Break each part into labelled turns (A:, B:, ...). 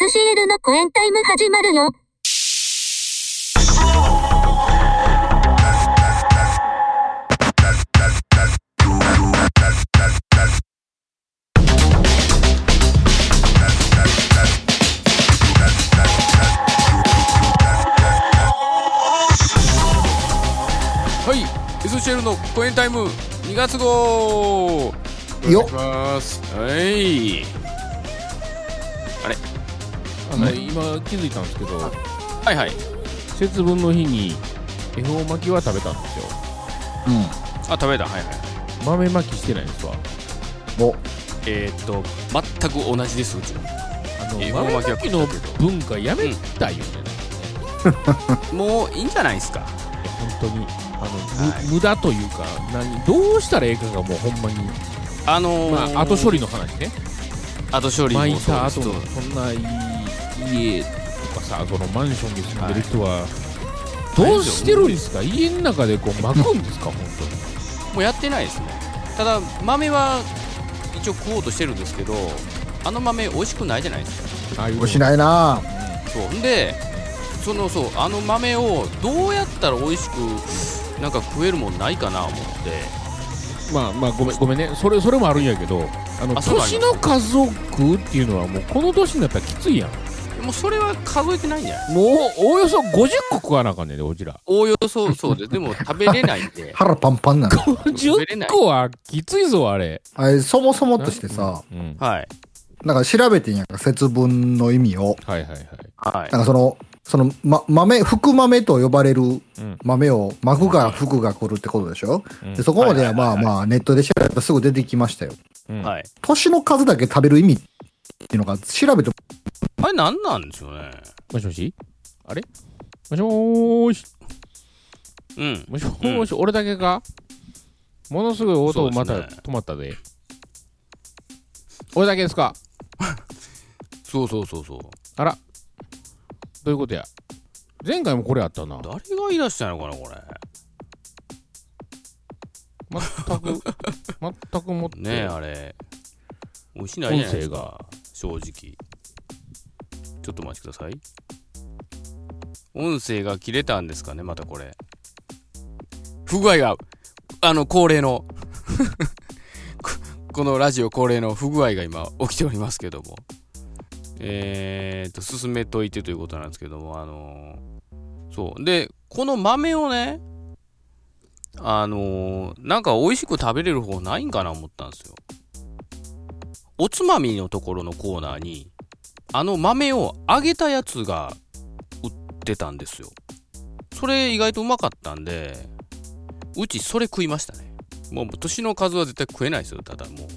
A: SCL のコエンタイム始まるよ。
B: はい、SCL の公演タイム2月号
C: よっ
B: お願いしますはいあれ
D: あの、今気づいたんですけど、
B: はいはい
D: 節分の日に恵方巻きは食べたんですよ。
C: う
B: あ食べたはいはい
D: 豆巻きしてないんですわ。
C: ん。お、
B: えー、っと全く同じですうちの
D: あの
B: 恵方
D: 豆
B: 巻きは
D: 巻きの文化やめたいよね。
B: もういいんじゃないですか
D: いや本当にあの、
B: はい
D: む無駄というか何どうしたらええかがもうほんまに、
B: あのー
D: まあ、後処理の話ね
B: 後処理も
D: 巻い
B: そう
D: た
B: です
D: 後
B: と
D: のそんない家とかさそのマンションに住んでる人は、どうしてるんですか家の中でこう巻くんですか本
B: もうやってないですねただ豆は一応食おうとしてるんですけどあの豆美味しくないじゃないですか
D: 当にああいう
C: おしないな。
B: そうでそのそうあの豆をどうやったら美味しくなんか食えるもんないかな思って
D: まあまあごめんごめんねそれそれもあるんやけどあの
B: あそうなん
D: 年
B: や
D: の数を食うっていうのはもうこの年になったらきついやん
B: もうそれは数えてないんじゃない
D: もうおおよそ50個食わなあかんねんでこちら
B: おおよそそうです。でも食べれないんで。
C: 腹パンパンなの。
B: 食べれない
D: 50個はきついぞあれ
C: あれ、そもそもとしてさ、
D: うん
B: はい。
C: なんか調べてんやんか、節分の意味を。
D: はいはいはい
B: はい
C: なん。かその、その、ま、豆、福豆と呼ばれる
D: うん
C: 豆を巻くから福が来るってことでしょ、
D: うん
C: でそこまでは
B: はいはい
C: ま
B: は
C: あ
B: いはい
C: まあネットで調べたらすぐ出てきましたよ。
D: うん
B: はい。
C: 年の数だけ食べる意味っていうのが調べて
B: あれ何なんでしょうね。
D: もしもしあれもしもーし
B: うん。
D: もしもーし、俺だけかものすごい音また
B: そうですね
D: 止まったで俺だけですか
B: そうそうそうそう。
D: あらどういうことや前回もこれあったな
B: 誰が言い出したのかな、これ。
D: 全く 全くもって
B: ねえ、あれ。美味しないじゃないですか。正直。ちょっとお待ちください。音声が切れたんですかね、またこれ。不具合が、あの、恒例の。 ここのラジオ恒例の不具合が今起きておりますけども。えー、っと、進めといてということなんですけども、あのーそう。で、この豆をね、あのーなんか美味しく食べれる方ないんかな思ったんですよ。おつまみのところのコーナーに、あの豆を揚げたやつが売ってたんですよ。それ意外とうまかったんで、うちそれ食いましたね。もう年の数は絶対食えないですよ、ただもう。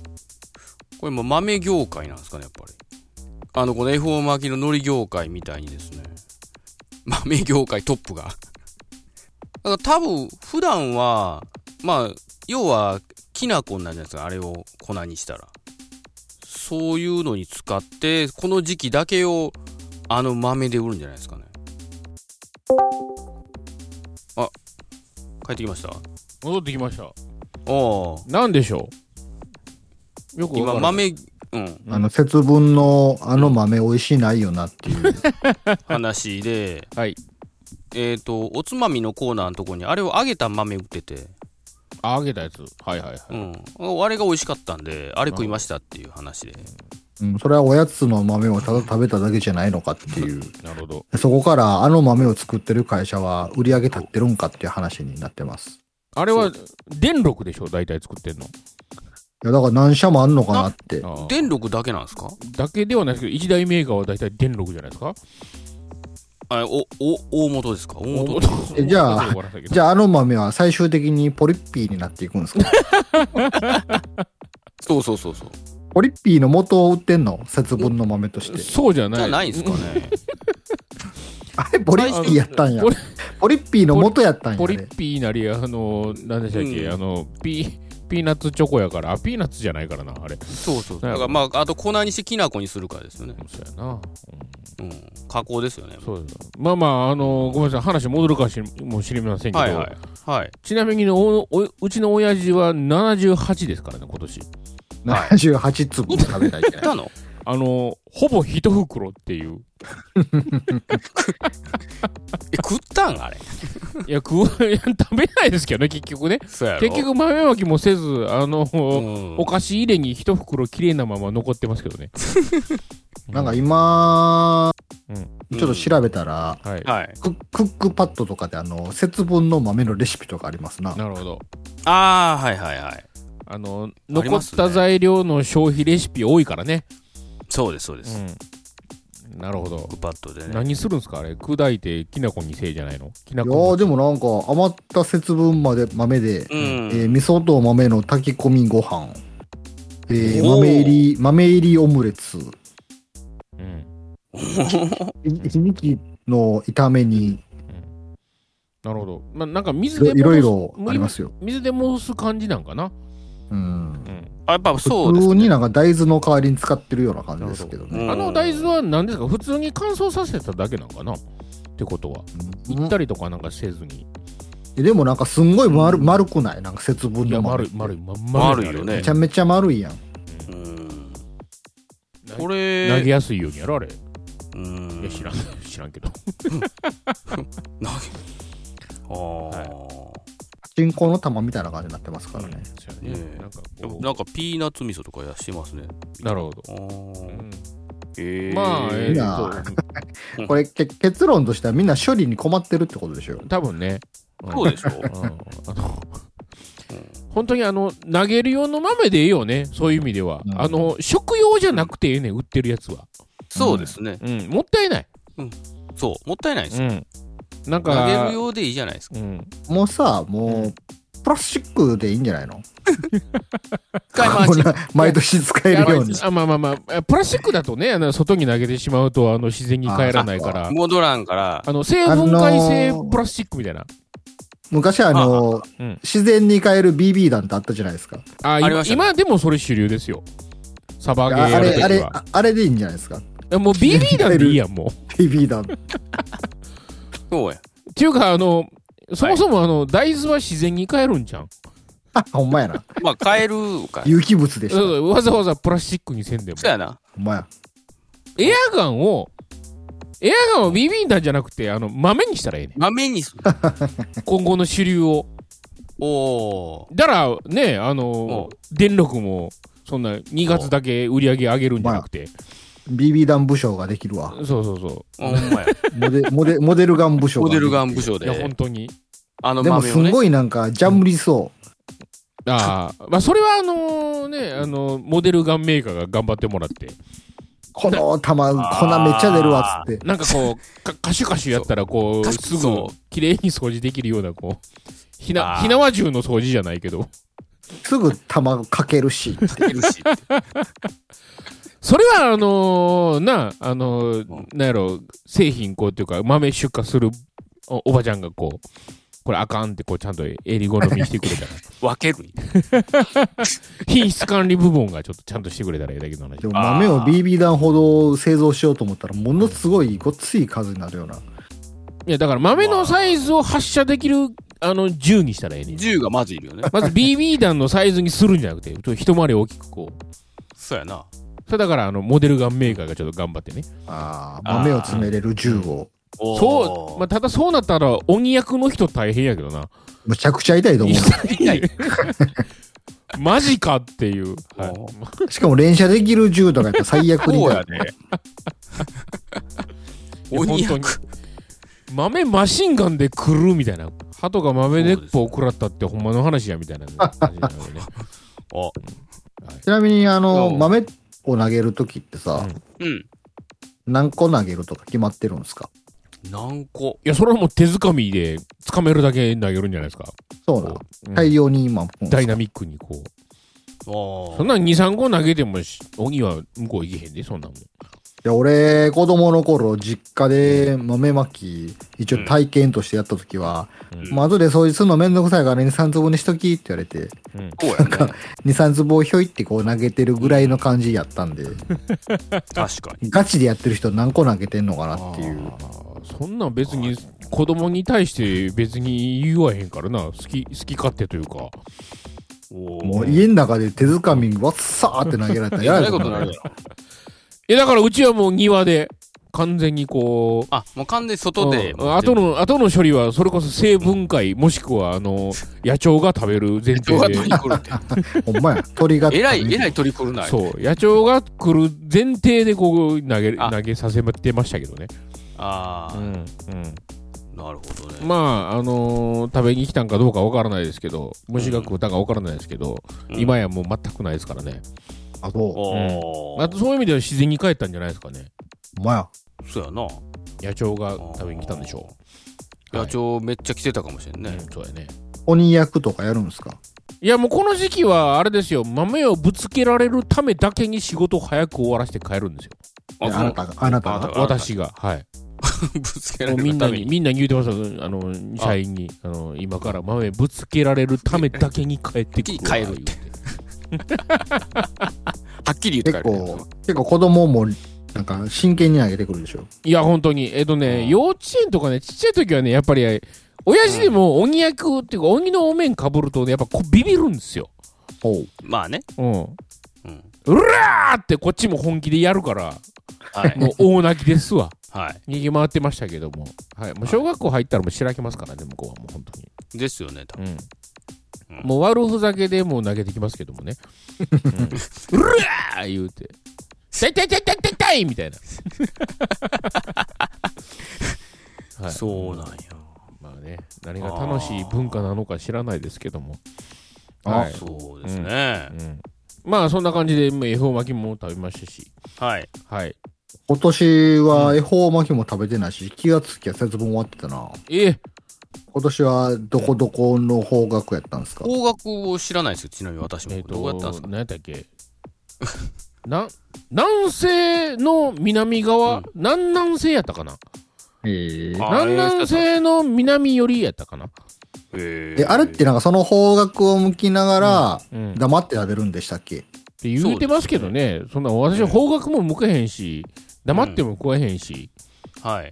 B: これもう豆業界なんですかね、やっぱり。あの、この F4 巻きの海苔業界みたいにですね、豆業界トップが。だから多分、普段は、まあ、要は、きな粉になるじゃないですか、あれを粉にしたら。そういうのに使って、この時期だけを、あの豆で売るんじゃないですかね。あ、帰ってきました
D: 戻ってきました
B: おー
D: なんでしょうよくわか
B: 今
D: らない
B: 豆、うん、
C: あの節分のあの豆美味しいないよなっ ていう。
B: 話で、
D: はい
B: えっ、と、おつまみのコーナーのとこに、あれを揚げた豆売ってて、
D: あ揚げたやつはいはいはい、
B: うん、あれが美味しかったんで、あれ食いましたっていう話で。
C: うん、それはおやつの豆をただ食べただけじゃないのかっていう。
D: なるほど
C: そこからあの豆を作ってる会社は売り上げ立ってるんかっていう話になってます。
D: あれは電力でしょ大体作ってんの
C: いやだから何社もあんのかなって。
D: あー
B: 電力だけなんですか
D: だけではないですけど一大メーカーは大体電力じゃないですか
B: あおお大元ですか大元
C: えじゃあじ
D: ゃあ
C: ゃああの豆は最終的にポリッピーになっていくんです か
B: そうそうそうそう。
C: ポリッピーの元を売ってんの節分の豆として。
D: そうじゃない
B: じゃないんですかね。
C: あれポリッピーやったんや
D: ポリ。
C: ポリッピーの元やったんや
D: ポリ
C: ね
D: ッ。ピーなりあの何でしたっけ、
B: うん
D: あのピーピーナッツチョコやからあピーナッツじゃないからなあれ
B: そうそう。
D: な
B: だ
D: る
B: から
D: ほど
B: まあ、あと粉にしてきな粉にするからですよね。
D: そうやな、
B: うん。加工ですよね
D: うん、。そうですまあまああのごめんなさい話戻るかしもしれませんけど、
B: はいはい。はい。
D: ちなみにおおうちの親父は78ですからね今年
C: 78粒食べたいじゃ
B: 行
C: な
B: っ たの
C: い。
D: あの、ほぼ一袋っ ていう。
B: え、食ったんあれ。
D: いや、 食わ、いや食べないですけどね、結局ね。
B: そうやろ
D: 結、局、豆まきもせず、あの、
B: うん
D: お菓子入れに一袋綺麗なまま残ってますけどね。
C: なんか今、
D: うん、
C: ちょっと調べたら、
D: はい。
B: はい。
C: ククックパッドとかであの節分の豆のレシピとかありますな。
D: なるほど。
B: ああ、はいはいはい。
D: あの、
B: あり
D: 残
B: ま
D: っ
B: すね
D: た材料の消費レシピ多いからね。
B: そうです、そうです。
D: うん。なるほど。
B: クパッドでね。
D: 何するんですかあれ砕いてきな粉にせいじゃないのきない
C: やー
D: 粉
C: でもなんか余った節分まで豆で、
B: う
C: え
B: ん。
C: ー味噌と豆の炊き込みご飯、えー
B: おー
C: 豆入り豆入りオムレツ
D: うん
C: ひひじきの炒めに
D: なるほどまあなんか水
C: いろ
D: で
C: いろいろありますよ。
D: 水で戻す感じなんかな
C: う
D: う、
C: ん
D: ん
B: あ、やっぱそうで
C: 普
B: す
C: 通に
B: ね。
C: なんか大豆の代わりに使ってるような感じですけど
B: なる
C: ね。
B: うん
D: あの大豆は何ですか普通に乾燥させただけなんかなってことは
C: うん
D: 行ったりとかなんかせずに
C: えでもなんかすんごい丸,、丸くないなんか節分
D: いや
C: の豆
D: 丸い丸いま
B: 丸いよね
C: めちゃめちゃ丸いやん。
B: うん。
D: な
B: こ
D: 投げ
B: れ、
D: やすいようにやろあれい
B: うん。
D: や知らん 知らんけど
B: 投げ。ああ、
C: 人工の玉みたいな感じになってますから
D: うん
C: ね。
D: そうやね
B: ね
D: なんか
B: でも
D: こ
B: なんかピーナッツ味噌とかやしてますね。
D: うなるほど
B: あー
D: うん
B: へえ。
D: まあえ
C: いい
D: ー
C: な
D: そう
C: これけ結論としてはみんな処理に困ってるってことでしょ
D: 多分ねん
B: そうでしょ。
D: うんあの本当にあの投げる用の豆でいいよね、そういう意味では。
C: うん
D: あの食用じゃなくてええねん、売ってるやつは。
B: そうですね。
D: うん、もったいない。
B: そう。もったいないです
D: う
B: よ。
D: ん。なん
B: 投
D: か、
B: げる用でいいじゃないですか。
D: うん、
C: もうさ、もう、プラスチックでいいんじゃないの
B: 使い回
C: こん
B: し。
C: な 毎年使えるように。
D: あまあまあまあ、プラスチックだとね、あの外に投げてしまうとあの自然に帰らないから、あ
B: 戻らんから。
D: の成分解
C: あの
D: 性
C: ー
D: プラスチックみたいな。
C: 昔あの、
D: うん
C: 自然に変える BB 弾ってあったじゃないですか。
D: あ
B: ありましたね
D: 今今でもそれ主流ですよ。サバ
C: あ
D: ゲーや
C: あ
D: る
C: れ、
D: 時
C: あれ、
D: は。
C: ああれでいいんじゃないですか。
D: もう BB なんでいいやん、 もう。
C: BB 弾。
B: そうや。
D: っていうか、あの、そもそもあの、大豆は自然に帰るんじゃん。
C: あ、ほんまやな。
B: まあ、買えるから。
C: 有機物でした。ほ
D: そうわざわざプラスチックにせんでも。
B: そうやな。
C: んまや。
D: エアガンを、エアガンをビビン弾じゃなくて、あの、豆にしたらええね
B: 豆にす、
D: ん。今後の主流を。
B: おお
D: だから、ね、あの、電力も、そんな、2月だけ売り上げ上げるんじゃなくて。
C: BB 弾武将ができるわ。
D: そうそうそ
B: ー。ほんまや。
C: モデモデモデルガン武将が
B: モ
C: で
B: デ
C: きる
B: ルガン武将
D: う。いや、本
B: で。
D: 当に。
B: あの
C: でも
B: 豆
C: す
B: をね。
C: ごいなんか、ジャムリそ
D: ああ、まあ、それはあのね、あの、モデルガンメーカーが頑張ってもらって、
C: う。この玉、粉めっちゃ出るわ、つって。
D: なんかこ う、かカシュカシュやったら、こう、
B: そう
D: すぐ
B: そ、
D: 綺麗に掃除できるような、こう、ひな、
B: あー
D: ひなわ銃の掃除じゃないけど。
C: すぐ玉かけるし。
B: いるし。
D: それはあのーなあのー
B: うん
D: なんやろ製品こうっていうか豆出荷するおおばちゃんがこうこれあかんってこうちゃんと襟好みしてくれたら
B: 分ける。
D: 品質管理部門がちょっとちゃんとしてくれたらええだけの話
C: でも豆を BB 弾ほど製造しようと思ったらものすごいごっつい数になるようない
D: やだから豆のサイズを発射できるあの銃にしたらええねん
B: 銃がまずいるよね。
D: まず BB 弾のサイズにするんじゃなくてちょっと一回り大きくこう
B: そうやな。
D: それだからあのモデルガンメーカーがちょっと頑張ってね
C: あー豆を詰めれる銃を
B: おー
D: そう、まあ、ただそうなったら鬼役の人大変やけどな
C: むちゃくちゃ痛いと思
D: 痛 いマジかっていう、はい
B: お
C: うしかも連射できる銃とかやったら最悪に
B: そう
C: な
B: や
C: る
B: ね。
D: いや
B: 鬼
D: 本
B: 役。
D: 当に豆マシンガンで来るみたいな鳩が豆鉄砲を食らったってほんまの話やみたいな感じなのでね
B: あ、
C: ちなみにあ
B: う
C: の
B: ん
C: 豆を投げるときってさ
D: うん
B: うん。
C: 何個投げるとか決まってるんですか
B: 何個
D: いやそれはもう手づかみで掴めるだけ投げるんじゃないですか、
C: そう
D: こ
C: なの
D: うん
C: 大量に今
D: ダイナミックにこう
B: あ
D: そん
B: ー
D: なん23個投げてもし鬼は向こう行けへんでそんなんもん
C: いや俺子供の頃実家で豆まき一応体験としてやったときは
D: うん
C: まあ後で掃除するのめんどくさいから23粒にしときって言われて
B: こうやね。
C: 23粒をひょいってこう投げてるぐらいの感じやったんで
B: 確かに。
C: ガチでやってる人何個投げてんのかなっていう。
D: あーそんなん別に子供に対して別に言わへんからな好き好き勝手というか
B: おー
C: もう家の中で手づかみにわっさーって投げられたら
B: えら
C: や
B: いことになるや
D: え、だからうちはもう庭で、完全にこう、
B: あ、もう完全に外で。
D: うん後
B: もう
D: の、後の処理は、それこそ生分解、もしくは、あの、野鳥が食べる前
B: 全部。
D: 提
B: 人
D: で
B: が。取り来るって。
C: ほんまや。鳥が。
B: えらい、えら
C: い。
B: い取り来るな。
D: そう、野鳥が来る前提で、こう、投げ、
B: あ
D: 投げさせてましたけどね。
B: あ
D: うん、うん。
B: あ、なるほどね。
D: まあ、あのー食べに来たんかどうかわからないですけど、虫が食うたんかわからないですけど、
B: うん
D: 今やもう全くないですからね。
C: あ、そう。ほ
B: おー
D: あとそういう意味では自然に帰ったんじゃないですかね。
C: んまや。
B: そうやな。
D: 野鳥が食べに来たんでしょう。
B: 野鳥めっちゃ来てたかもしれん
D: はい
B: ね
D: う。んそうやね。
C: 鬼役とかやるんですか
D: いやもうこの時期はあれですよ、豆をぶつけられるためだけに仕事を早く終わらせて帰るんですよ。
C: いや
B: そう
C: あなたが、あなた
B: あなた
C: が。
B: が
D: 私が。はい。
B: ぶつけら
D: も
B: れ
D: うみ
B: る
D: んな
B: ため
D: に、
B: に。
D: みんなに言うてますよ、あの、社員に。あの、今から豆ぶつけられるためだけに帰ってくるわ。
B: 帰るってはっきり言って
C: 結
B: 帰る。
C: 構、結構子供も、なんか真剣に投げてくるでしょ。
D: いや、本当に。えっと
B: う
D: ね、
B: ん
D: 幼稚園とかね、ちっちゃい時はね、やっぱり、親父でも鬼役っていうか、鬼のお面かぶるとね、やっぱこうビビるんですよ。
C: おう。
B: まあね。
D: うん。
B: うん。
D: うらーってこっちも本気でやるから、
B: はい。
D: もう大泣きです わ。
B: は
D: 逃げ回ってましたけども。はい。もう小学校入ったらもうしらけますからね、向こうはもう本当に。
B: い。ですよね。多分
D: うん。
B: うん
D: もう悪ふざけでもう投げてきますけど もね。うんうらー言う て。痛い痛い痛い痛い痛い痛いみた いな。はい
B: そうなんや。
D: まあね、何が楽しい文化なのか知らないですけども。
C: あ
D: はい、
B: そうですね
D: う。ん。まあそんな感じで、もう恵方巻きも食べましたし、
B: はい。
D: はい。
C: 今年は恵方巻きも食べてないし、気がつきは節分終わってたな。
D: え、
C: 今年はどこどこの方角やったんですか
B: 方角を知らないですよ。ちなみに私も。
D: えっ、
B: どうやったんです
D: と、
B: か
D: 何やったっけ な、南西の南側、
B: うん
D: 南南西やったかな
C: ええ
B: あ
D: 南南西の南寄りやったかな
B: え
C: え、あれってなんかその方角を向きながら、
D: うん。っ
C: 黙って食べるんでしたっけ
D: て言うてますけどね、そんな私
B: うん
D: 方角も向けへんし、黙っても食えへんし、
B: はい。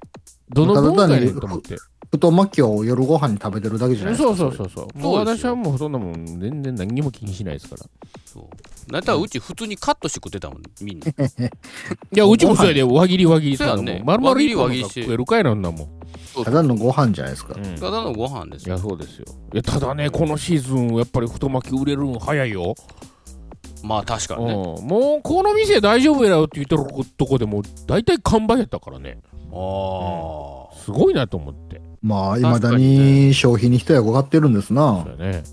D: どの文化やねんと思って。
C: 太巻きを夜ご飯に食べてるだけじゃないですか。
D: そうそうそうそう。もう
B: そうです
D: 私
B: よ
D: はもうほとんどもう全然何にも気にしないですから。
B: そう。なんやったらうち普通にカットして食ってたもん、みんな。
D: いや、うちもそうやで、輪切り輪切り
B: そう
D: さ、
B: や
D: も
B: んね
D: う丸々一個
B: 輪切り輪切り
D: なんか
B: して
D: 食えるかいなんだもん。
C: ただのご飯じゃないですか。
D: うん
B: ただのご飯です
D: い
B: よ。
D: や、そうですよ。いや、ただね、このシーズン、やっぱり太巻き売れるん早いよ。
B: まあ確か
D: う
B: に
D: ん
B: ね。
D: もう、この店大丈夫やろって言ってるとこでも、大体完売やったからね。
B: あ
D: すごいなと思って。
C: まあ、いま
B: 確
C: だ
B: かにね
C: に消費に一役買ってるんですな
D: そう。やね。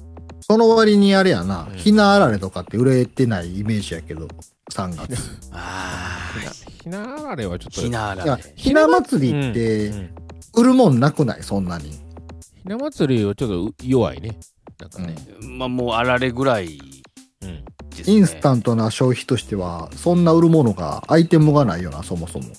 C: その割にあれやな
D: うん、
C: ひなあられとかって売れてないイメージやけど、3月。
B: あ。ああ。
D: ひなあれはちょっと。
B: ひなあ
C: いや
B: られ。
C: ひな祭りっ
D: う
C: て、
D: ん
C: 売るもんなくないそんなに。
D: ひな祭りはちょっとう弱いね。なんかね。
B: まあもうあられぐらい
D: うん。
B: ですね。
C: インスタントな消費としては、そんな売るものが、アイテムがないよな、そもそも。
D: そ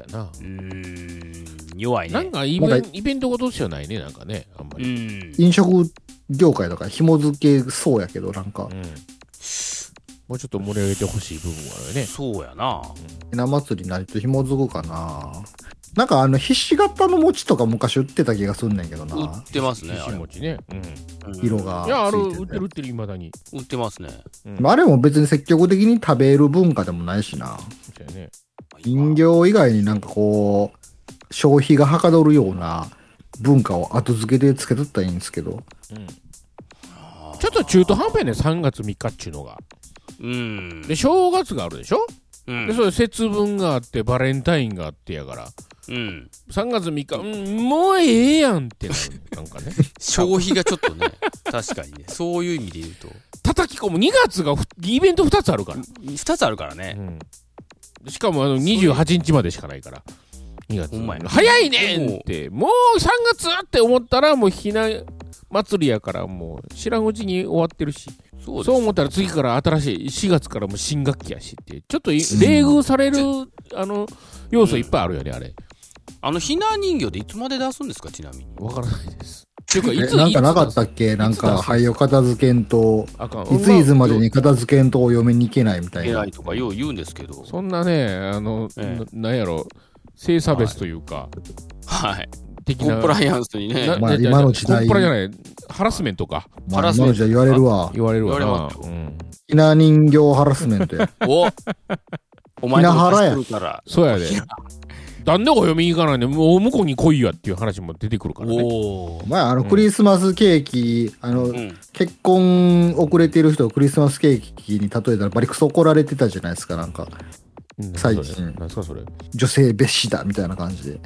D: うやな。
B: うーん、弱い
D: なん
B: ね。
D: かイベ
C: な
D: ン
C: ん
D: ト、イベントごとじゃないね、なんかね。あんま
B: う
D: り。
B: ん。
C: 飲食業界とか紐付けそうやけど、なんか
D: う、ん。もうちょっと盛り上げてほしい部分はあるよね。
B: そうやな。
C: ひな祭り何と紐づくかな。なんかあの、ひし形の餅とか昔売ってた気がすんねんけど
B: 売
C: な
B: っ。てますね。
D: ひ
B: あ
D: し
B: れ
D: 餅ね。うん。
C: 色。が
D: いや、あ
C: つ
D: る、
C: いて
D: 売って
C: て
D: る売ってる、いまだに。
B: 売ってますね。
D: うん
C: まああれも別に積極的に食べる文化でもないしな。
D: そうやね。
C: 飲料以外になんかこう、消費がはかどるような文化を後付けでつけとったらいいんですけど。
D: うん。ちょっと中途半端やね3月3日っちゅうのが。
B: うん。
D: で、正月があるでしょ、
B: うん
D: で、それ節分があって、バレンタインがあってやから、
B: うん。
D: 3月3日、うん、もうええやんってなるね、なんかね。
B: 消費がちょっとね、確かにね、そういう意味で言うと、
D: 叩き込む、2月がふイベント2つあるから。
B: 2つあるからね
D: う。ん。しかも、あの、28日までしかないから。2月。
B: ほんまや
D: 早いねんって、もう3月って思ったら、もうひな祭りやから、もう知らんうちに終わってるし。
B: そうです
D: そう思ったら次から新しい4月からもう新学期やしってちょっとい冷遇されるあの要素いっぱいあるよねあれ
B: あの、ひな人形でいつまで出すんですか、ちなみに。
D: わからないですっていうかい
C: え
D: つ
C: なんかなかっ
D: い
C: たっけなん
D: いつ
C: か、
D: だ
C: 灰を片付けんと、
D: つあかん
C: いついつまでに片付けんとお嫁に行けないみたい
B: 偉
C: な。
B: いとかよう言うんですけど、
D: そんなねあの、
B: え
D: ななんやろ性差別というか、
B: はい。
D: 的
B: コ
D: な
B: ンプライアンスにね
D: な、
C: まあ
D: なな
C: 今の時代
D: コンプラじゃないハラスメントか
B: ハ
C: まあ
B: ラスメント
C: 今の時代言われるわ。
D: 言われるわ
B: 言
D: な
B: われます
D: うん
C: ひな人形ハラスメントや。
B: おお前
C: 稲原や
B: の貸してるから。
D: そうやで。なんでお嫁に行かないねもう向こうに来いやっていう話も出てくるからね。
B: お
C: お前、あの、クリスマスケーキ、あの、
B: うん。
C: 結婚遅れてる人をクリスマスケーキに例えたらバリクソ怒られてたじゃないですか、なんか。
D: うん
C: 最
D: それ
C: 近
D: 何すかそれ。うん
C: 女性蔑視だ、みたいな感じで。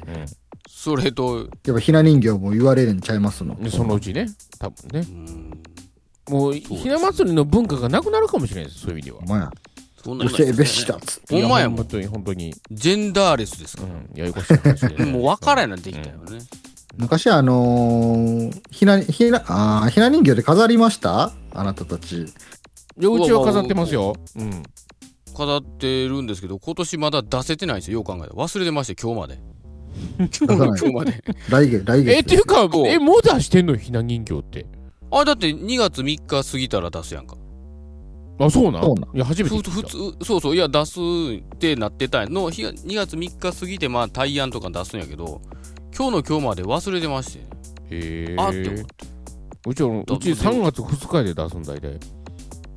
B: それと、
C: やっぱひな人形も言われるんちゃいますの。
D: でそのうちね、多分ね
B: う。ん。
D: もう、
B: ですね
D: ひな祭りの文化がなくなるかもしれないです、そういう意味では
C: お。前、
B: そんな
C: 女性蔑視だっつって。
B: ほんまやもん
D: い本当に、本当に。
B: ジェンダーレスですか
D: うん、ややこしい話で
B: ら。。 もう分からんようになってきたよね。
C: 昔あのー、ひな、ひな、あーひな人形で飾りましたあなたたち。
D: いやうちは飾ってますよ。うん。
B: 飾ってるんですけど、今年まだ出せてないんですよ。よう考えたら。忘れてましたよ、今日まで。今
C: さ
B: 日
C: ない
B: の今日まで。
C: 来月、来
D: え、っ
C: 月
D: て
C: で
D: い
C: す。
D: うか、
B: こう
D: え、もう出してんのひな人形って。
B: あ、だって2月3日過ぎたら出すやんか。
D: あ、そうなん
C: そうなん
D: いや、初めて
B: ふ
D: 聞いた。
B: 普通、そうそう、いや、出すってなってたんやの、日が2月3日過ぎて、まあ、対案とか出すんやけど、今日の今日まで忘れてまして、
D: へ
B: あって思っ
D: ーうちはうち3月2日で出すんだいたい。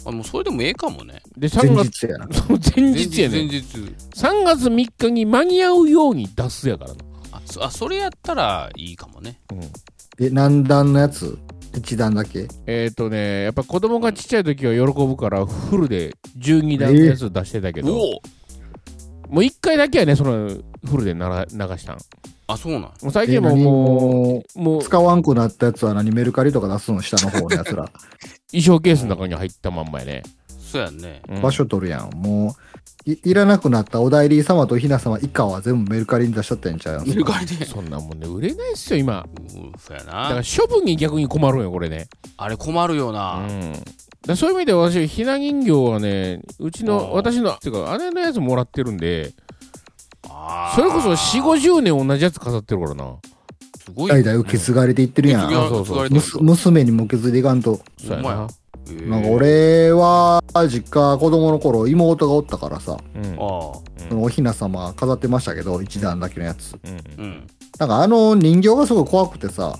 B: あ、もうそれでもええかもね。
D: で、
C: 前
D: 3月、
C: 日やな。
D: そう前日やね
B: 前
D: ん。
B: 日。
D: 3月3日に間に合うように出すやからな。
B: あそあ、それやったらいいかもね。
D: うん
C: え、何段のやつ一段だけ。
D: えっ、とね、やっぱ子供がちっちゃい時は喜ぶから、フルで12段のやつ出してたけど、
B: おお
D: もう1回だけはね、そのフルでなら流したん。
B: あ、そうなん。
D: もう最
C: え
D: 近も
C: 何
D: も
C: も
D: う、もう
C: 使わんくなったやつは何メルカリとか出すの下の方のやつら。
D: 衣装ケースの中に入ったまんまやね。
B: そうやんね。
D: うん
C: 場所取るやん。もう、いいらなくなったお代理様とおひな様以下は全部メルカリに出しちゃったんちゃうやん。
B: メルカリで。
D: そんなもんね、売れないっすよ、今。
B: うん、そうや
D: だから
B: な。
D: 処分に逆に困るんよ、これね。
B: あれ困るよ
D: う
B: な。
D: ん。だからそういう意味で私、ひな人形はね、うち
B: あー
D: の、私の、てか、姉のやつもらってるんで、
B: あー
D: それこそ4、50年同じやつ飾ってるからな。
B: すごいよ
C: 代
B: ね。
C: 々受け継がれていってるや
B: 受け継
C: ん。
B: が
D: そうそ
B: 受け継
D: う
B: がれてる
C: むす娘にも受け継いでいかんと。
D: そうや
B: ほんま
D: な。
B: へー
C: なんか俺は、実家、子供の頃、妹がおったからさ、
D: うん。
B: ああ、
C: そのおひな様飾ってましたけど、一段だけのやつ。
D: うん
B: うん。
C: なんかあの人形がすごい怖くてさ、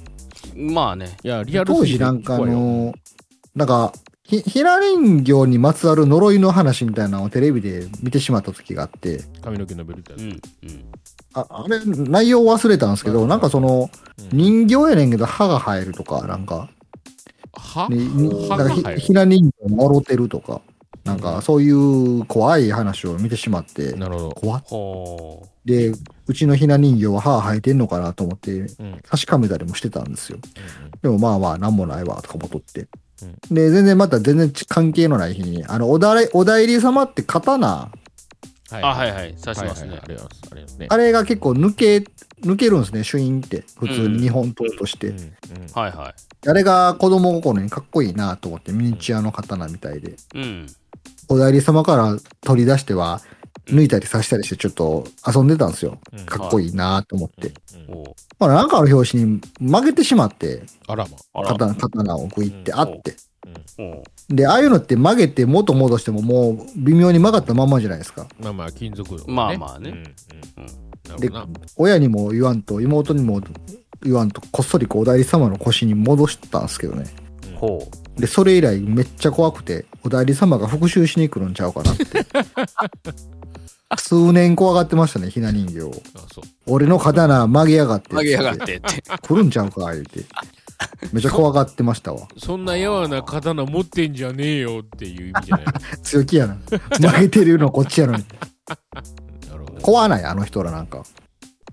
B: まあね。
D: いや、リアル
C: 当
D: すぎ
C: 時
D: て
C: なんかあ
D: 怖いよ
C: の、なんか、ひ、ひら人形にまつわる呪いの話みたいなのをテレビで見てしまった時があって、
D: 髪の毛伸びるってや
B: う
D: つ
B: ん。うん。
C: ああれ、内容忘れたんですけど、なんかその、
D: うん
C: 人形やねんけど歯が生えるとか、なんか、
D: は
C: ねに
D: 歯
C: なん
D: が
C: か
D: 生え
C: ひ
D: る
C: ひな人形もろてるとか、なんかそういう怖い話を見てしまって、
D: なるほど。
C: 怖っ
B: ほう。
C: で、うちのひな人形は歯生えてんのかなと思って
D: うん、
C: 確かめたりもしてたんですよ。
D: う
C: でもまあまあ、なんもないわ、とかもとって。で、全然また全然ち関係のない日に、あの、おだれ、お代理様って刀、
D: ん
B: あ、はいはい。刺し
D: はいはい
B: ますね
D: あ。りがとうございます。ありがとうございますね。
C: あれが結構抜け、抜けるんですね、シュインって。普通
B: うん
C: に日本刀として。
D: うんうん
B: はいは
C: あれが子供心にかっこいいなと思って、ミニチュアの刀みたいで。
B: い。うん。
C: お代理様から取り出しては、抜いたり刺したりしてちょっと遊んでたんですよ。
D: うん
C: かっこいいなと思って。
D: うんうん
B: おう
C: まあなんかの拍子に曲げてしまって、
D: あらま。
B: あら。
C: 刀刀をグイってあって。
B: おう
C: で、ああいうのって曲げて元戻してももう微妙に曲がったまんまじゃないですか。
D: まあまあ、金属の。
B: まあまあね
D: うん
B: う
D: うん
B: ん
D: な
C: で
D: るほどな。、
C: 親にも言わんと、妹にも言わんと、こっそりこうお代理様の腰に戻したんですけどね。
B: ほ
C: で、それ以来めっちゃ怖くて、お代理様が復讐しに来るんちゃうか なって。数年怖がってましたね、ひな人形を。
D: あ、そう。
C: 俺の刀曲げやがって
B: う。投
C: っつって。
B: げやがってって。
C: 来るんちゃうか、言うて。めっちゃ怖がってました わ。
D: そんなやわな刀持ってんじゃねえよっていう意味じゃない
C: 強気やな。曲げてるのこっちやのに。
D: の。なるほど。
C: 怖ない、あの人らなんか。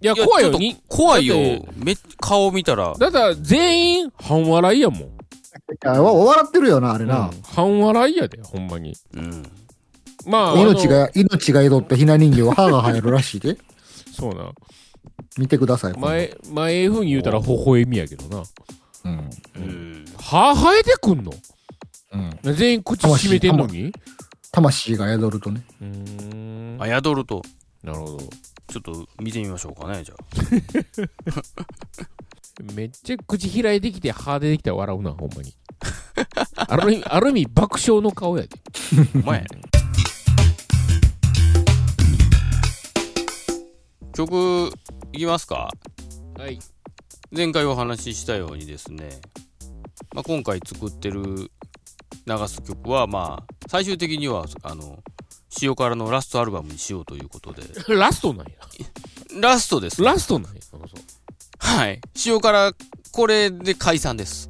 D: いや、
B: いや
D: 怖い
B: ちょ
D: よ。
B: っと
D: に
B: 怖いよ
D: だって。
B: めっ顔見たら。
D: だったら全員半笑いやもん。
C: あわ笑ってるよな、あれ
D: う
C: な。
D: ん半笑いやで、ほんまに。
B: うん。
D: まあ、
C: 命
D: あの。
C: が、命が宿ったひな人形は歯が生えるらしいで。
D: そうな。
C: 見てください。
D: 前、前、ええ風に言うたら微笑みやけどな。
C: 今度
B: うん。
D: 歯生えてくんの
C: うん。うん。
D: 全員口閉めてんのに
C: 魂が宿るとね。
D: うーん。
B: あ、宿ると。
D: なるほど。
B: ちょっと見てみましょうか ね、じゃあ。
D: めっちゃ口開いてきて歯出てきたら笑うな、ほんまに。ある意味、ある意味爆笑の顔やで。
B: お前。曲、いきますか
D: はい。
B: 前回お話ししたようにですね、まあ、今回作ってる流す曲はまあ最終的にはあの塩辛のラストアルバムにしようということで。
D: ラストなんや。
B: ラストです。
D: ラストなんや。なんかそう
B: はい。塩辛、これで解散です。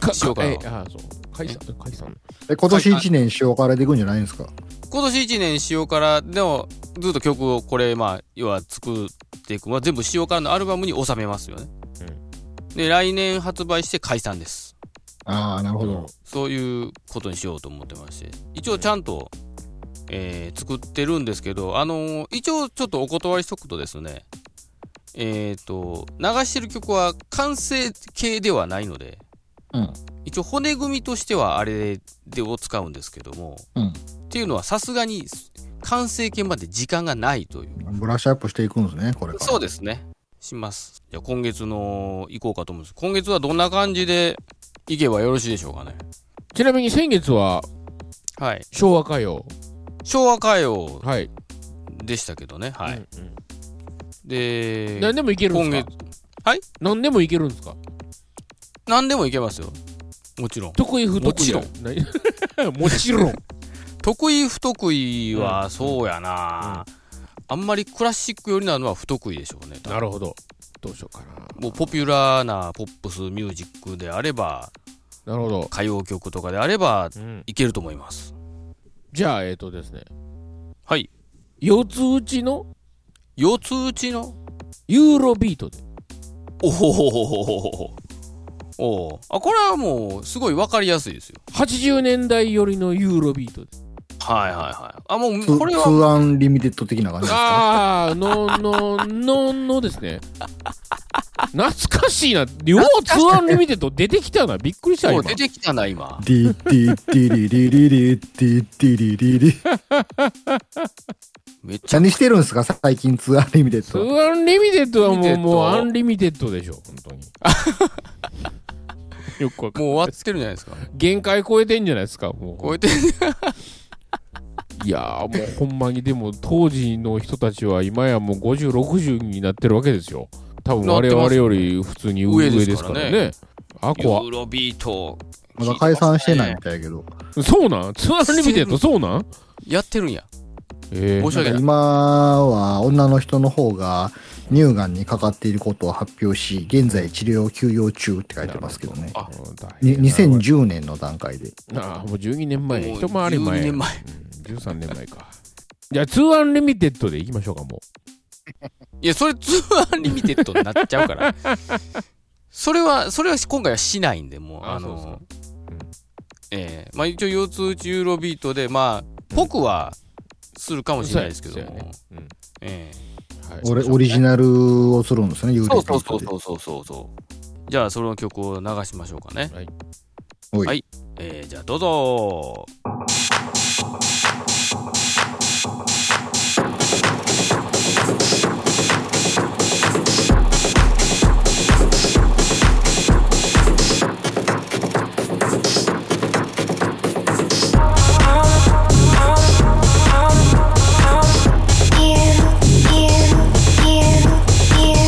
D: か
B: しようかな
D: えああ、そう。解散、解散。
C: え今年1年塩辛でいくんじゃないんですか
B: 今年1年塩辛でも、ずっと曲をこれ、まあ、要は作っていくのは全部塩辛のアルバムに収めますよね。で、来年発売して解散です。
C: ああ、なるほど。
B: そういうことにしようと思ってまして、一応ちゃんと、えー作ってるんですけど、あのー一応ちょっとお断りしとくとですね、えっ、と、流してる曲は完成形ではないので、
C: うん。
B: 一応骨組みとしてはあれでを使うんですけども、
C: うん
B: っていうのはさすがに完成形まで時間がないという。
C: ブラッシュアップしていくんですね、これから。
B: そうですね。します。じゃあ今月の行こうかと思うんです。今月はどんな感じで行けばよろしいでしょうかね。
D: ちなみに先月は
B: はい。
D: 昭和歌謡。
B: 昭和歌謡
D: はい。
B: でしたけどね。はい。
D: うんうん
B: で、
D: 何でもいけるん
B: 今
D: です
B: 月
D: か、
B: はい
D: 何でもいけるんですか
B: 何でもいけますよ。もちろん。
D: 得意不得意 ろん。もちろん。
B: 得意不得意
D: う
B: は
D: ん
B: そうやな、あんまりクラシック寄りなのは不得意でしょうね。多分
D: なるほど。どうしようか
B: もうポピュラーなポップスミュージックであれば、
D: な。なるほど。
B: 歌謡曲とかであれば、
D: うん、
B: いけると思います。
D: じゃあ、えっ、とですね。
B: はい。
D: 四つ打ちの
B: 四つ打ちの、
D: ユーロビートで。
B: おほほほほほほほ。おうあ、これはもう、すごいわかりやすいですよ。
D: 80年代寄りのユーロビートで。
B: はいはいはい。あ、も
C: ツ
B: う、これは、
C: ーアンリミテッド的な感じですか
D: ああ、の、の、の、のですね。懐かしいな。両ツアーンリミテッド出てきたな。びっくりした
B: も
D: 今
B: う。出てきたな、今。
C: ディディディリリリリディディリリリ。
B: めっちゃ、
C: 何してるんですか最近ツーアンリミテッ
D: ツア
C: ド。
D: ーンリミテッドはも
B: リミ
D: う、
B: テッド
D: もうアンリミテッドでしょ。本当 に。よくわかん
B: もう
D: ない
B: 終わってるんじゃないですか。
D: 限界超えてんじゃないですか。もう
B: こうやって、
D: いやーもうほんまにでも当時の人たちは今やもう50、60になってるわけですよ。多分我々より普通に上
B: 上
D: 上
B: で
D: ですす
B: か
D: か
B: ね
D: ららね。あ
B: ユ
D: こ
B: ーロビート。
C: まだ解散してないみたいやけど。
D: は、そうなんツアーンリミテッドそうなん
B: やってるんや。
D: え
B: 申
D: ー
B: し訳ない。
C: 今は女の人の方が乳がんにかかっていることを発表し、現在治療休養中って書いてますけどね。
B: あ
D: うん大変
C: に
D: やな
C: 2010年の段階で。
D: ああ、もう12年前、
B: もう
D: 一回り前。
B: 12年前
D: うん13年前か。じゃあ、ツーアンリミテッドでいきましょうか、も
B: いや、それツーアンリミテッドになっちゃうから。 それは、それは今回はしないんで、もう、
D: あ
B: あ
D: そう
B: の
D: で、うん
B: ええまあ一応、腰痛打ちユーロビートで、まあ、ぽくはするかも
D: う。
B: しれないですけども、
D: そうやねうん
B: え
D: はい
C: オレオリジナルをするんですね、
B: え
C: ユー
B: そ
C: ロ
B: う
C: ビ
B: そう
C: ー
B: そ
C: ト
B: う
C: で。
B: そうそうそうそう。じゃあ、その曲を流しましょうかね。
D: はい
C: はい
B: はい。ええじゃあ、どうぞ
E: 「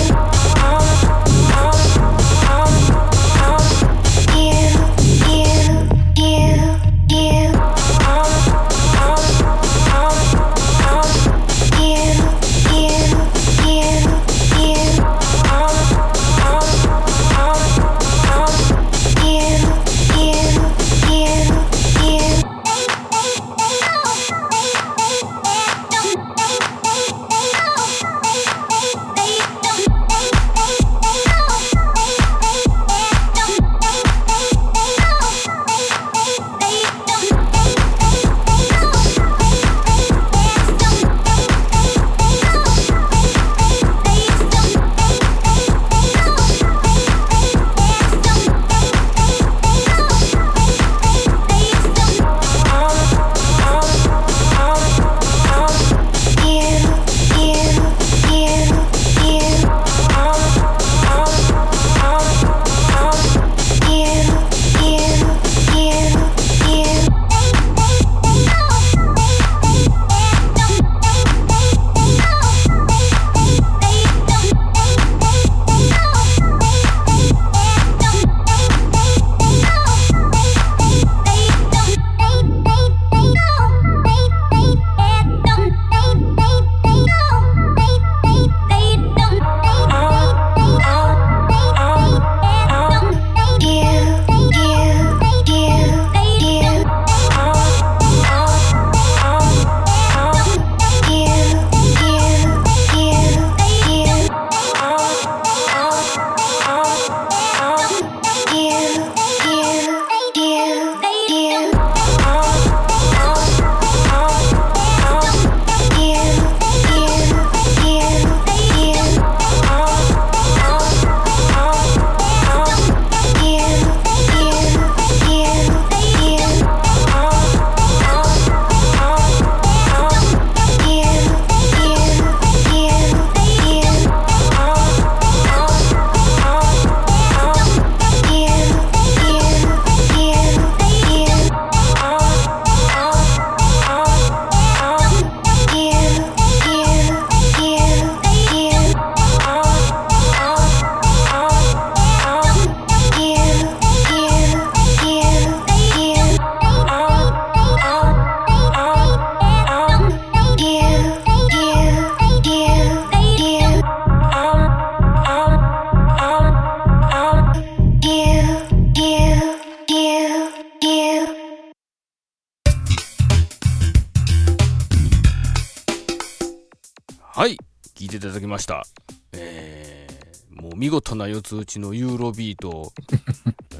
B: りました。えー、もう見事な四つ打ちのユーロビート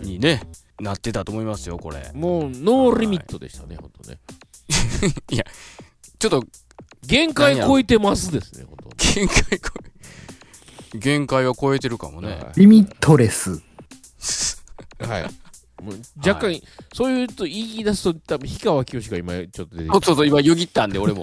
B: に ね、なってたと思いますよ、これ。
D: もうノーリミットでしたね、本当ね。
B: ちょっと
D: 限界超えてますですね、本
B: 限界超え、限界は超えてるかも
D: 当
B: ね。
C: リミットレス。
D: はい。もう若干、
B: は
D: そういうと言い出すと、多分氷川きよしが今ちょっと出て
B: そう
D: き
B: そうそう、
D: て、
B: 今よぎったんで、俺も。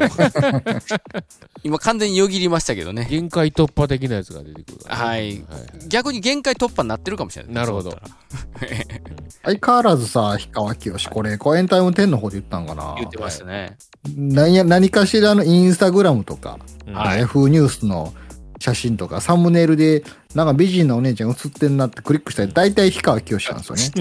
B: 今完全によぎりましたけどね。
D: 限界突破的なやつが出てくるからね、
B: はい逆に限界突破になってるかもしれない。
D: なるほど
B: そうだったら
C: 相変わらずさ、氷川きよし、これ、コエンタイム10の方で言ったんかな。
B: 言ってましたね。
C: なんや何かしらのインスタグラムとか、
D: うん
B: はい
C: Yahoo ニュースの写真とか、サムネイルで、なんか美人なお姉ちゃん写ってんなってクリックしたら、大体氷川きよしなんですよね。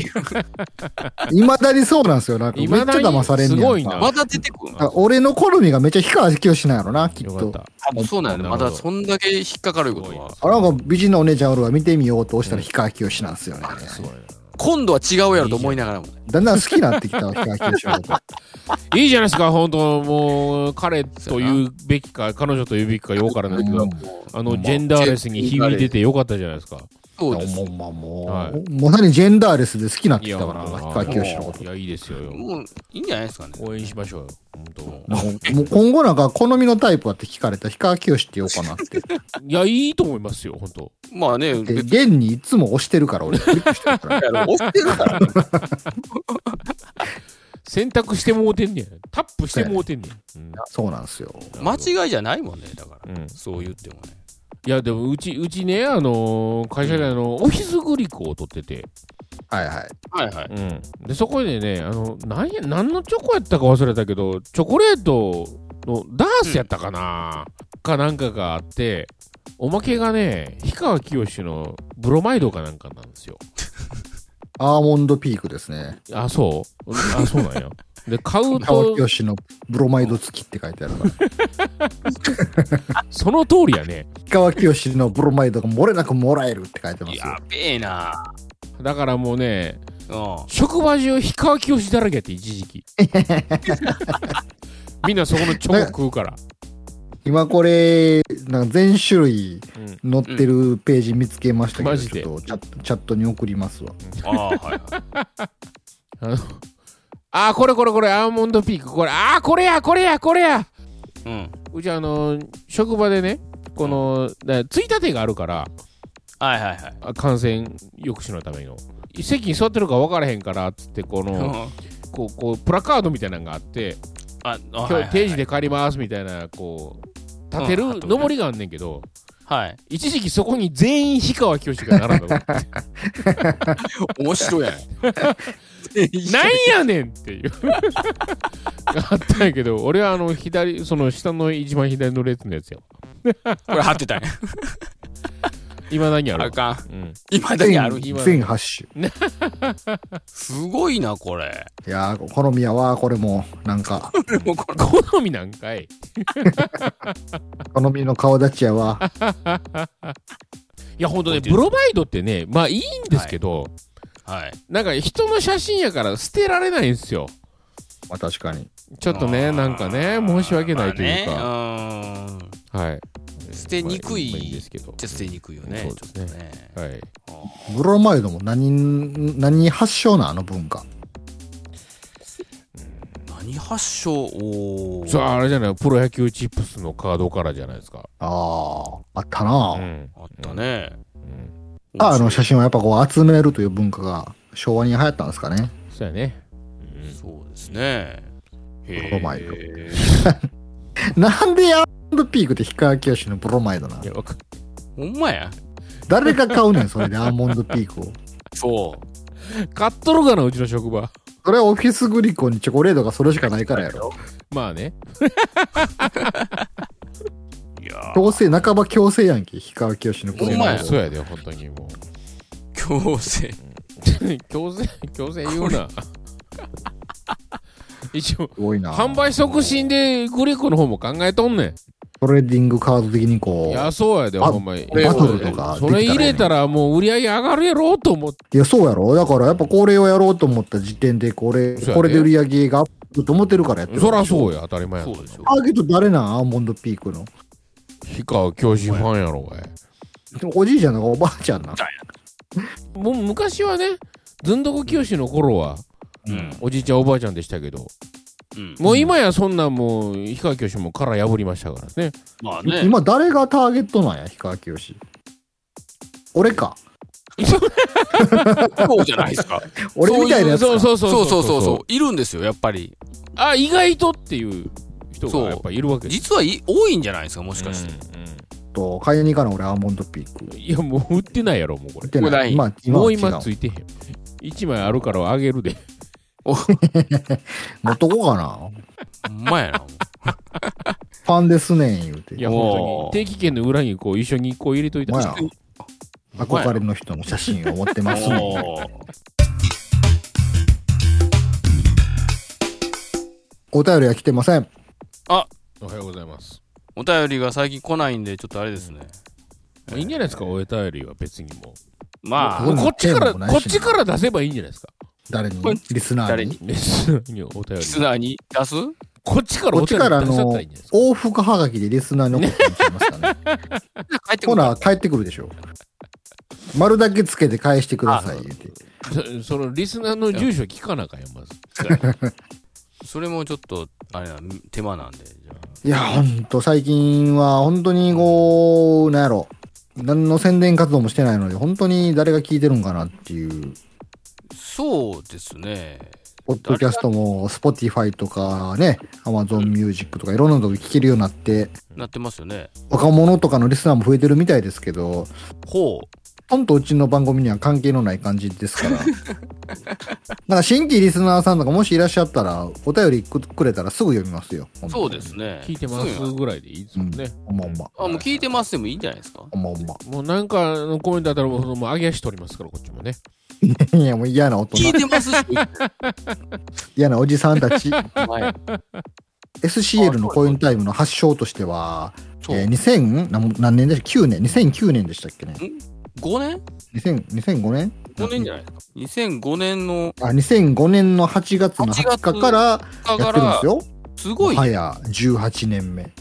C: いまだにそうなんですよ。なんかめっちゃ
D: 未だに
C: 騙されんねやんか
D: すごいな
B: まだ出てくる
C: あ
B: の
C: 俺の好みがめっちゃ氷川きよしなんやろな、きっ
D: よかっ
C: と。
D: た。
B: 多分そうなんやね。
D: な
B: ま
D: るほ
B: だ
D: ど
B: そんだけ引っかかるいうことは。
C: あ、なんか美人なお姉ちゃんおるわ、見てみようと押したら氷川きよしなんですよね。
D: すごいな。
B: 今度は違うやろと思いながらも。
C: だんだん好きになってきたわ、氷川きよしの こと。
D: いいじゃないですか、本当もう、彼と言うべきか、彼女と言うべきか、ようわからないですけど、あの、ジェンダーレスに響いててよかったじゃないですか。
B: そうです。
C: もう、まあもう、
D: はい
C: まさにジェンダーレスで好きになってきたから、
D: もう
C: 氷川きよしのこと。
D: いや、いいですよ。
B: もういいんじゃないですかね。
D: 応援しましょうよ。本
C: もうもう今後なんか好みのタイプはって聞かれたら氷川きよしって言おうかなって。
D: 当。いや、いいと思いますよ、本当。
B: まあね、
C: で、
B: 別に
C: 現にいつも押してるから、俺。クリックしてるから。
B: 押してるから。
D: 選択してもうてんねん。タップしてもうてんねん。うん
C: そうなんですよ。
B: 間違いじゃないもんね、だから。
D: うん、い
B: そう言ってもね。
D: やでもうちうちねあのー会社であのオフィスグリコを取ってて、
C: はいはい。
B: はいはい。
D: うん、でそこでねあのなんや何のチョコやったか忘れたけどチョコレートのダースやったかな、かなんかがあっておまけがね氷川きよしのブロマイドかなんかなんですよ
C: アーモンドピークですね。
D: あそうあそう なんやで買う
C: 氷川
D: と
C: きよしのブロマイド付きって書いてあるから。
D: その通りやね
C: 氷川きよしのブロマイドが漏れなくもらえるって書いてますよ
B: や。べえな。
D: だからもうね
B: うん。
D: 職場中氷川きよしだらけやって一時 期みんなそこのチョコ食うから、
C: 今これ、なんか全種類
D: うん
C: 載ってるページ見つけましたけ
D: マ
C: ど、
D: ジで
C: ちょっとチャットチャットに送りますわ。
B: ああ、はいはい。
D: あのあーこれこれこれアーモンドピークこれあーこれやこれやこれや
B: うん。
D: うちあの職場でねこのだついたてがあるから
B: はいはいはい。
D: あ感染抑止のための席に座ってるか分からへんからっつってこのこうこうプラカードみたいなのがあって
B: あ、あ
D: 今
B: はい
D: 日
B: はい
D: 定時で帰りますみたいなこう立て
B: うんあ
D: る
B: とね
D: 上りがあんねんけど
B: はい。
D: 一時期そこに全員氷川きよしが並んだの
B: 面白い やん。
D: なんやねんっていうあったんやけど俺はあの左その下の一番左の列のやつや
B: これ貼ってたんや。
D: 今何や
B: あ
D: ろ
B: かん。
D: うん
B: 今だけある。
C: 全8種。
B: すごいな、これ。
C: いやー、好みやわ、これも。なんか、
B: もうこれ
D: 好みなんかい
C: 好みの顔立ちやわ。
D: いや本当ねブロマイドってねまあいいんですけど、
B: はい。
D: なんか人の写真やから捨てられないんですよ
C: まあ確かに。
D: ちょっとねなんかね申し訳ないというか、
B: まあねうん。
D: はい
B: 捨てにくい
D: まあんですけど
B: じゃ捨てにくいよね。
D: そう
B: ちょ
D: で
B: っ
D: す
B: とね。
D: はい
C: ブロマイドも何、何発祥なあの文化。
B: 何発祥おー
D: そうあれじゃないプロ野球チップスのカードからじゃないですか
C: ああ、あったな
D: う
C: あ、
D: ん
B: あったね。
D: うん
C: あの写真はやっぱこう集めるという文化が昭和に流行ったんですかね。
D: そうやね
B: そうですね。へ
C: ブロマイド
B: え。
C: なんでアーモンドピークって氷川きよしのブロマイドない
D: やわか
B: ほんまや。
C: 誰が買うねん、それでアーモンドピークを。
B: そう。
D: 買っとるかなうちの職場
C: それはオフィスグリコにチョコレートがそれしかないからやろ。
D: まあね
B: いやー
C: 強制、半ば強制やんけ、氷川きよしのブロ
B: ほんま
C: マイ
B: や
C: ド
D: そう。やで本当にもう
B: 強制。
D: 強制強制言うな 一応
C: すごいな。
D: 販売促進でグリコの方も考えとんね
C: トレーディングカード的に
D: んい
C: こ
D: やそうやで
C: あ
D: ほんまに
B: これバトル
C: とか
D: それ
C: できたらええねん
D: 入れたらもう売り上げ上がるやろうと思って
C: う、いや、そうやろ。だからやっぱこれをやろうと思った時点で、これ、
D: そうやで
C: これで売り上げがアップと思ってるからやってる。
D: そらそうや当たり前や
B: そうでしょ。
C: ターゲット誰なんアーモンドピークの。
D: 氷川きよしファンやろがい
C: でもおじいちゃんなんかおばあちゃんなん。
D: もう昔はねずんどこきよしの頃は
B: うん。
D: おじいちゃんおばあちゃんでしたけど
B: うん。
D: もう今やそんなもう氷川きよしも殻破りましたからね
B: まあね。
C: 今誰がターゲットなんや、氷川きよし。俺か。
B: そうじゃないですか。
C: 俺みたいなやつか。
D: そうそうそ
B: そ
D: う
B: うそうそうそう。いるんですよ、やっぱり。
D: あ意外とっていう人
B: そう
D: がやっぱいるわけです
B: 実はい多いんじゃないですか、も
D: も
B: しかして。
C: と買いに行かな俺アーモンドピーク。
D: いやもう売ってないやろもうこ
C: 売っ
D: れ
C: てない。
B: も
C: 今、今
D: も
C: は
D: う
C: 違う。
D: 今ついてへん1枚あるからあげるで
C: 持っとこうかな。
B: ほんまやな。
C: ファンですねん言うて
D: い。や
B: おー
D: 本当に定期券の裏にこう一緒にこう入れといた
C: ま
D: ら
C: や、憧れの人の写真を持ってますねん。
B: おー
C: お便りは来てません。
D: おはようございます
B: お便りが最近来ないんで、ちょっとあれですね。
D: いいんじゃないですかお便りは別にも
B: ま
D: う
C: ど
B: あ
C: ん、な
D: こっちから
C: テーマ
D: こ
C: も
D: っ
C: ないし
D: ちから出せばいいんじゃないですか
C: 誰に
B: これ
C: リスナー
B: 誰
C: に
B: に
D: リ スナーにお便
B: リス
D: り
B: ナーに出す
D: こっちから
C: こ
D: お
C: っち
D: 便
C: からあ
D: り出せた
C: の
D: らいいんじゃないです、か
C: 往復はがきでリスナーに送ってもらえますかね。
B: 帰って
C: ほ
B: こない。
C: ら、帰ってくるでしょ。丸だけつけて返してください、言うて。
D: そそのリスナーの住所聞かなあかんやんまず
B: それもちょっと、あれな、手間なんで。じゃあ
C: いや、ほんと、最近は、本当にこう、なんやろ。何の宣伝活動もしてないので、本当に誰が聞いてるんかなっていう、
B: そうですね。
C: ポッドキャストも、Spotify とかね、Amazon Music とかいろんなとこ聞けるようになって、
B: なってますよね。
C: 若者とかのリスナーも増えてるみたいですけど、
B: ほう。
C: ほんとうちの番組には関係のない感じで すから。だから新規リスナーさんとかもしいらっしゃったら、お便りくくれたらすぐ読みますよ。ほんと
B: そうですね。
D: 聞いてます
B: ぐに
D: ぐらいでいいですもんね、
C: ほんまほんま。
B: あ、もう聞いてますでもいいんじゃないですか
C: ほんまほんま。
D: もうなんかあのコメントあったらもうそのもう上げ足取りますからこっちもね
C: いや、もう 嫌な大
B: 聞い
C: 人。
B: てますし、
C: 嫌なおじさんたち。
B: はい
C: SCL のコインタイムの発祥としては、
B: そう
C: えー、2000何何年でした ?9 年 ?2009 年でしたっけね
B: 5年
C: 2000 2005年
B: ?5 年じゃないですか。2005年の
C: あ、2005年の8月の20日からや
B: だか
C: ってるんで
B: ら
C: す、よ。
B: すごい、
C: はや18年目。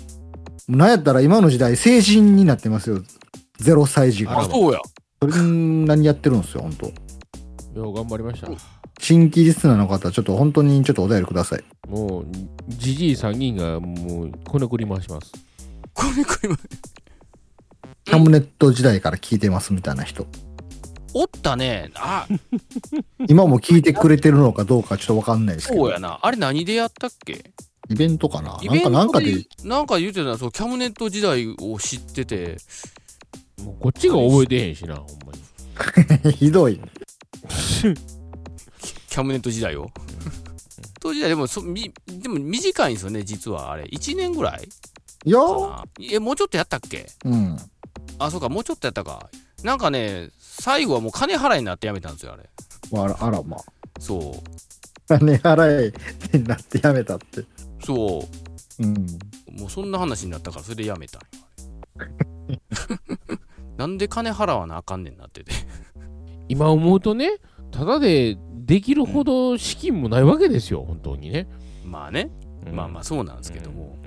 C: なんやったら今の時代成人になってますよ。0歳児
D: あ
B: あ、
C: が。
B: そうや。
C: それ何やってるんですよ、本当
D: よう頑張りました
C: 新規リスナーの方、ちょっと本当にちょっとお便りください。
D: もうじじい3人がもうこねくり回します
B: これ、これ、
C: タムネット時代から聞いてますみたい な人。
B: おったね。あ、
C: 今も聞いてくれてるのかどうかちょっとわかんないですけ
B: そう
C: ど
B: や。な。あれ何でやったっけ
C: イベントかな
B: イ
C: なん
B: ベ
C: か、
B: ン
C: なん
B: ト
C: か
B: で
C: で、、
B: なんか言うてたそう、キャムネット時代を知ってて、
D: もうこっちが覚えてへんしなほんまに
C: ひどい。
B: キャムネット時代 を。当時代でもそみでも短いんですよね、実はあれ。1年ぐらい
C: いや
B: かなえ、もうちょっとやったっけ
C: うん。
B: あ、そうか、もうちょっとやったか。なんかね、最後はもう金払いになってやめたんですよ、あれ。
C: あら、あらまあ。
B: そう。
C: 金払えになってやめたって。
B: そ
C: うん。
B: う。もうそんな話になったから、それでやめたんよ。なんで金払わなあかんねんなってて。
D: 今思うとねただでできるほど資金もないわけですよ本当にね、
B: まあね、まあま
D: あ
B: あそうなんですけども。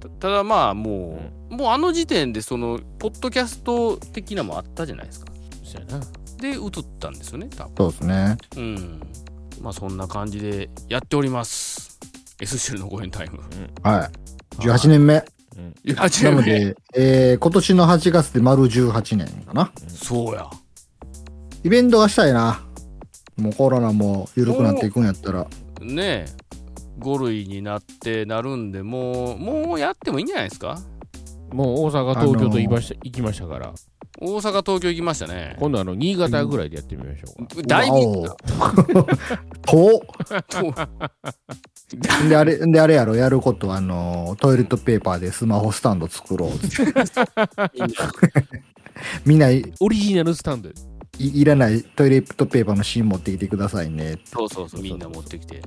B: たただまあもう、もうあの時点でその、ポッドキャスト的なもんあったじゃないですか。
D: そうやな
B: で、映ったんですよね、多分。
C: そうですね。
B: うん。まあそんな感じでやっております。S シルのご縁タイム。
C: はい。18年目。なの で、えー、今年の8月で丸18年かな。
B: そうや。
C: イベントがしたいな。もうコロナも緩くなっていくんやったら。
B: ねえ5類になってなるんでもうもうやってもいいんじゃないですか
D: もう大阪東京と言いました、行きましたから
B: 大阪東京行きましたね
D: 今度あの新潟ぐらいでやってみましょうか、
B: 大
C: わ
B: 人
C: お 遠っで、あれ、で、あれやろ、やることは、あの、トイレットペーパーでスマホスタンド作ろうっつって。みんない、い
D: オリジナルスタンド
C: いらないトイレットペーパーの芯持ってきてくださいね。
B: そうそうそうみんな持ってきて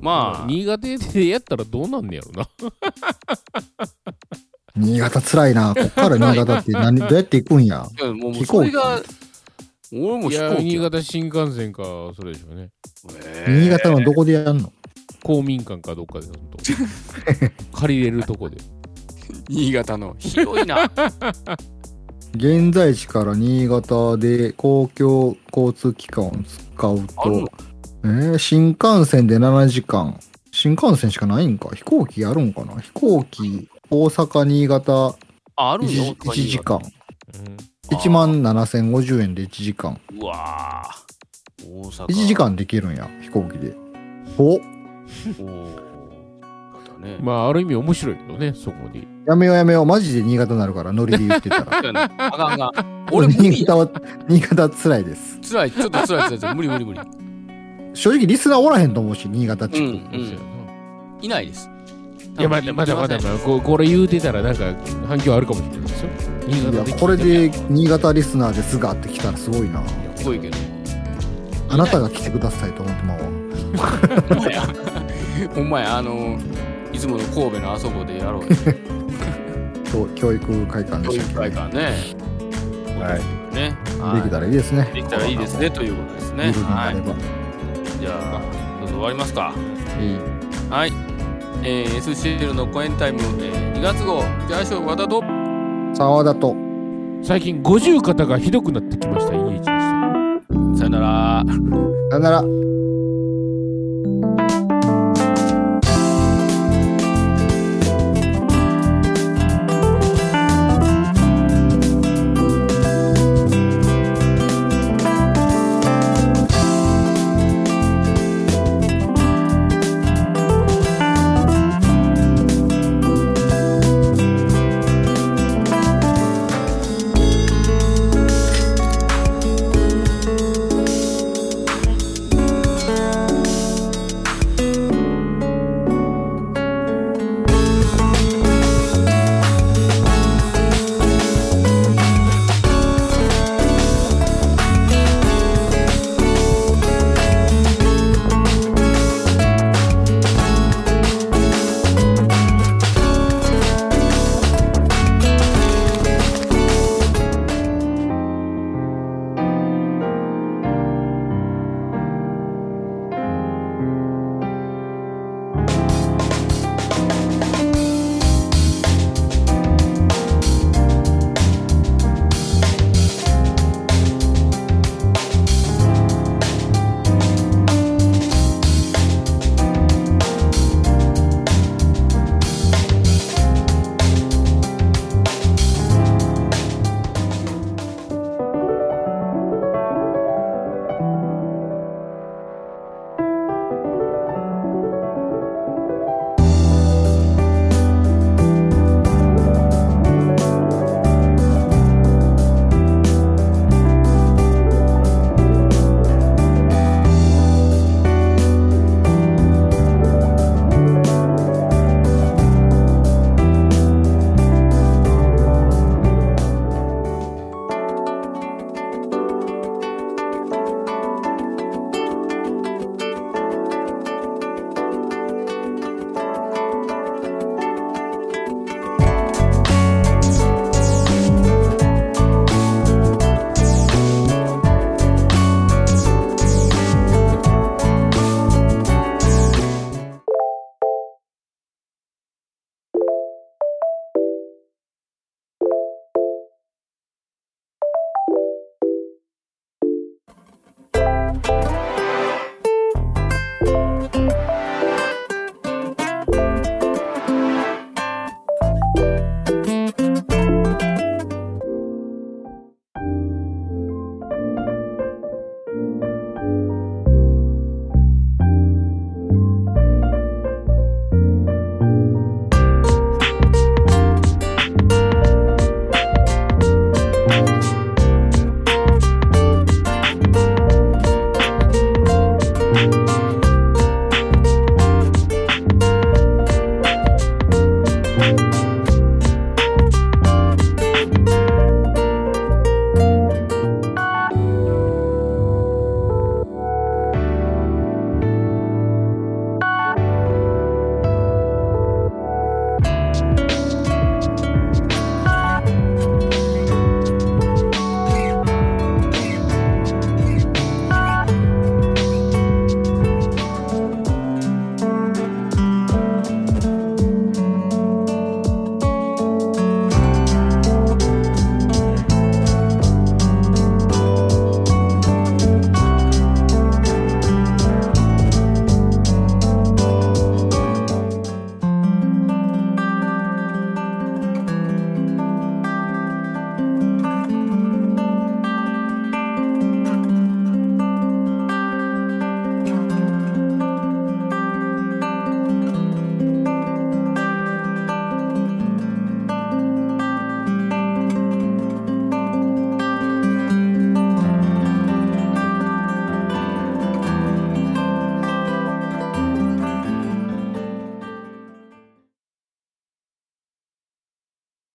B: ま
D: まあ
B: あ
D: 新潟でやったらどうなんねやろな
C: 新潟辛いな。こっから新潟っ て何、どうやって行くんや。
B: いやもうもう
C: 飛
B: そ
C: 行
B: れ
C: 機
B: が俺も飛
D: いや
B: 行機
D: 新
B: や
D: 潟新幹線かそれでしょうね
B: えー
C: 新潟のどこでやんの
D: 公民館かどっかでほんと借りれるとこで
B: 新潟の広いな
C: 現在地から新潟で公共交通機関を使う
B: あるの
C: と、えー新幹線で7時間。新幹線しかないんか飛行機あるんかな飛行機、大阪、新潟
B: ある
C: 1,
B: の
C: 時間。
D: うん
B: あー
C: 1万7050円で1時間。
B: うわー大阪
C: 1時間できるんや、飛行機で。お
B: おーだね、
D: まあ、ある意味面白いけどね、そこに。
C: やめようやめよう。マジで新潟なるから、ノリで言ってたら。
B: あかんが 俺無
C: 新
B: 理
C: 潟は、新潟は辛いです。
B: つらいちょっとつらいつらい無理無理無理
C: 正直リスナーおらへんと思うし、新潟地区。
B: うんいないです
D: いや、まだまだまだまだ、ここれ言うてたら、なんか反響あるかもしれないですよ。新
C: い
D: 潟
C: や
D: で聞いてたら
C: これで新潟リスナーですがって来たらすごいな
B: すごいけど
C: あなたが来てくださいと思ってまうわ
B: ほんまやほんまやあのいつもの神戸のあそこでやろうよ
C: 教教育会館で
B: 教
C: し
B: 育
C: たっけ
B: 会館ね
C: はい
B: ね
C: できたらいいですね
B: できたらいいですねということですね
C: 夜にな
B: は
C: れ
B: い
C: ば、
B: じゃあどうぞ終わりますか
D: えい
B: はいえー、SCL の公演タイム、えー、2月号じゃあ和田と
C: 沢田と
D: 最近、五十肩がひどくなってきました、イエイチでした。
B: さよなら
C: さよなら
D: さ